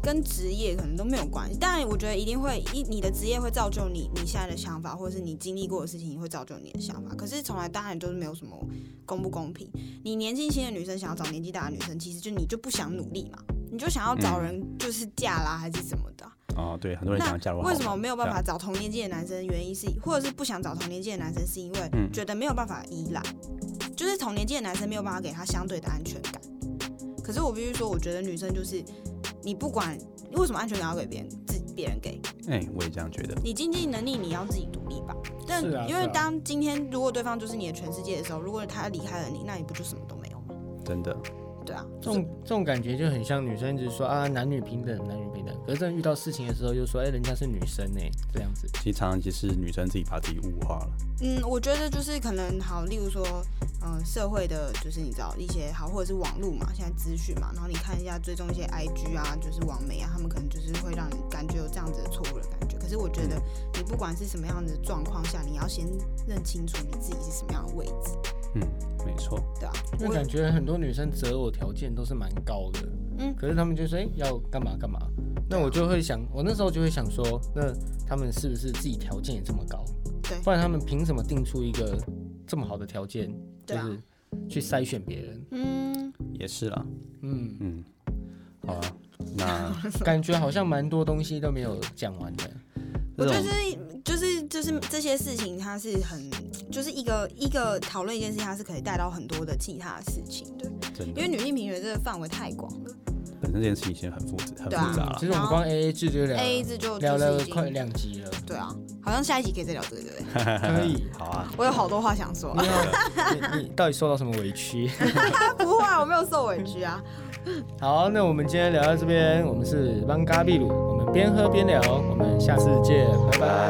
Speaker 3: 跟职业可能都没有关系，但我觉得一定会一你的职业会造就你你现在的想法，或者是你经历过的事情会造就你的想法。可是从来当然就是没有什么公不公平。你年轻轻的女生想要找年纪大的女生，其实就你就不想努力嘛，你就想要找人就是嫁啦、还是什么的啊。
Speaker 2: 哦，对，很多人想要加入好
Speaker 3: 为
Speaker 2: 友。
Speaker 3: 什么没有办
Speaker 2: 这
Speaker 1: 啊
Speaker 3: 法找同年纪的男生？原因是，或者是不想找同年纪的男生，是因为
Speaker 2: 嗯
Speaker 3: 觉得没有办法依赖，就是同年纪的男生没有办法给他相对的安全感。可是我必须说，我觉得女生就是你不管为什么安全感要给别人，自别人给
Speaker 2: 哎、我也这样觉得。
Speaker 3: 你经济能力，你要自己独立吧。但
Speaker 1: 是啊
Speaker 3: 因为
Speaker 1: 是啊
Speaker 3: 当今天如果对方就是你的全世界的时候，如果他离开了你，那你不就什么都没有吗？
Speaker 2: 真的，
Speaker 3: 对啊，
Speaker 1: 这种这种感觉就很像女生一直说啊男女平等，男女平等，可是真的遇到事情的时候又说哎、人家是女生哎、这样子，
Speaker 2: 其实常常其实女生自己把自己物化了。
Speaker 3: 嗯，我觉得就是可能好，例如说，嗯、社会的就是你知道一些好，或者是网络嘛，现在资讯嘛，然后你看一下追踪一些 IG 啊，就是网媒啊，他们可能就是会让你感觉有这样子的错误的感觉。可是我觉
Speaker 1: 嗯
Speaker 3: 得你不管是什么样的状况下，你要先认清楚你自己是什么样的位置，
Speaker 2: 嗯，没错，
Speaker 3: 对吧、啊
Speaker 1: 因为
Speaker 3: 我
Speaker 1: 感觉很多女生择偶条件都是蛮高的，
Speaker 3: 嗯
Speaker 1: 可是她们就说哎、要干嘛干嘛，那我就会想，我那时候就会想说，那她们是不是自己条件也这么高？
Speaker 3: 对
Speaker 1: 不然她们凭什么定出一个这么好的条件，就
Speaker 3: 对啊
Speaker 1: 是去筛选别 人？
Speaker 3: 嗯，
Speaker 2: 也是啦。
Speaker 1: 嗯，
Speaker 2: 嗯，好啊，那
Speaker 1: 感觉好像蛮多东西都没有讲完的。
Speaker 3: 我
Speaker 2: 这
Speaker 3: 就
Speaker 2: 种
Speaker 3: 是就是就是这些事情，它是很就是一个一个讨论一件事情，它是可以带到很多的其他的事情的，
Speaker 2: 真
Speaker 3: 因
Speaker 2: 的
Speaker 3: 为女性平权这个范围太广了。
Speaker 2: 本身这件事情其实很复杂，很
Speaker 3: 对啊
Speaker 2: 复杂了
Speaker 1: 其。实我们光 A A 制就聊
Speaker 3: A 字就
Speaker 1: 啊聊
Speaker 3: 就是
Speaker 1: 了
Speaker 3: 已经
Speaker 1: 快两集了，
Speaker 3: 对啊，好像下一集可以再聊这个，对不对？
Speaker 1: 可 以。
Speaker 2: 好啊，
Speaker 3: 我有好多话想说，啊
Speaker 1: 你好，你你到底受到什么委屈？
Speaker 3: 不会啊，我没有受委屈啊。
Speaker 1: 好，那我们今天聊到这边，我们是邦嘎秘鲁，我们边喝边聊，我们下次见，拜拜。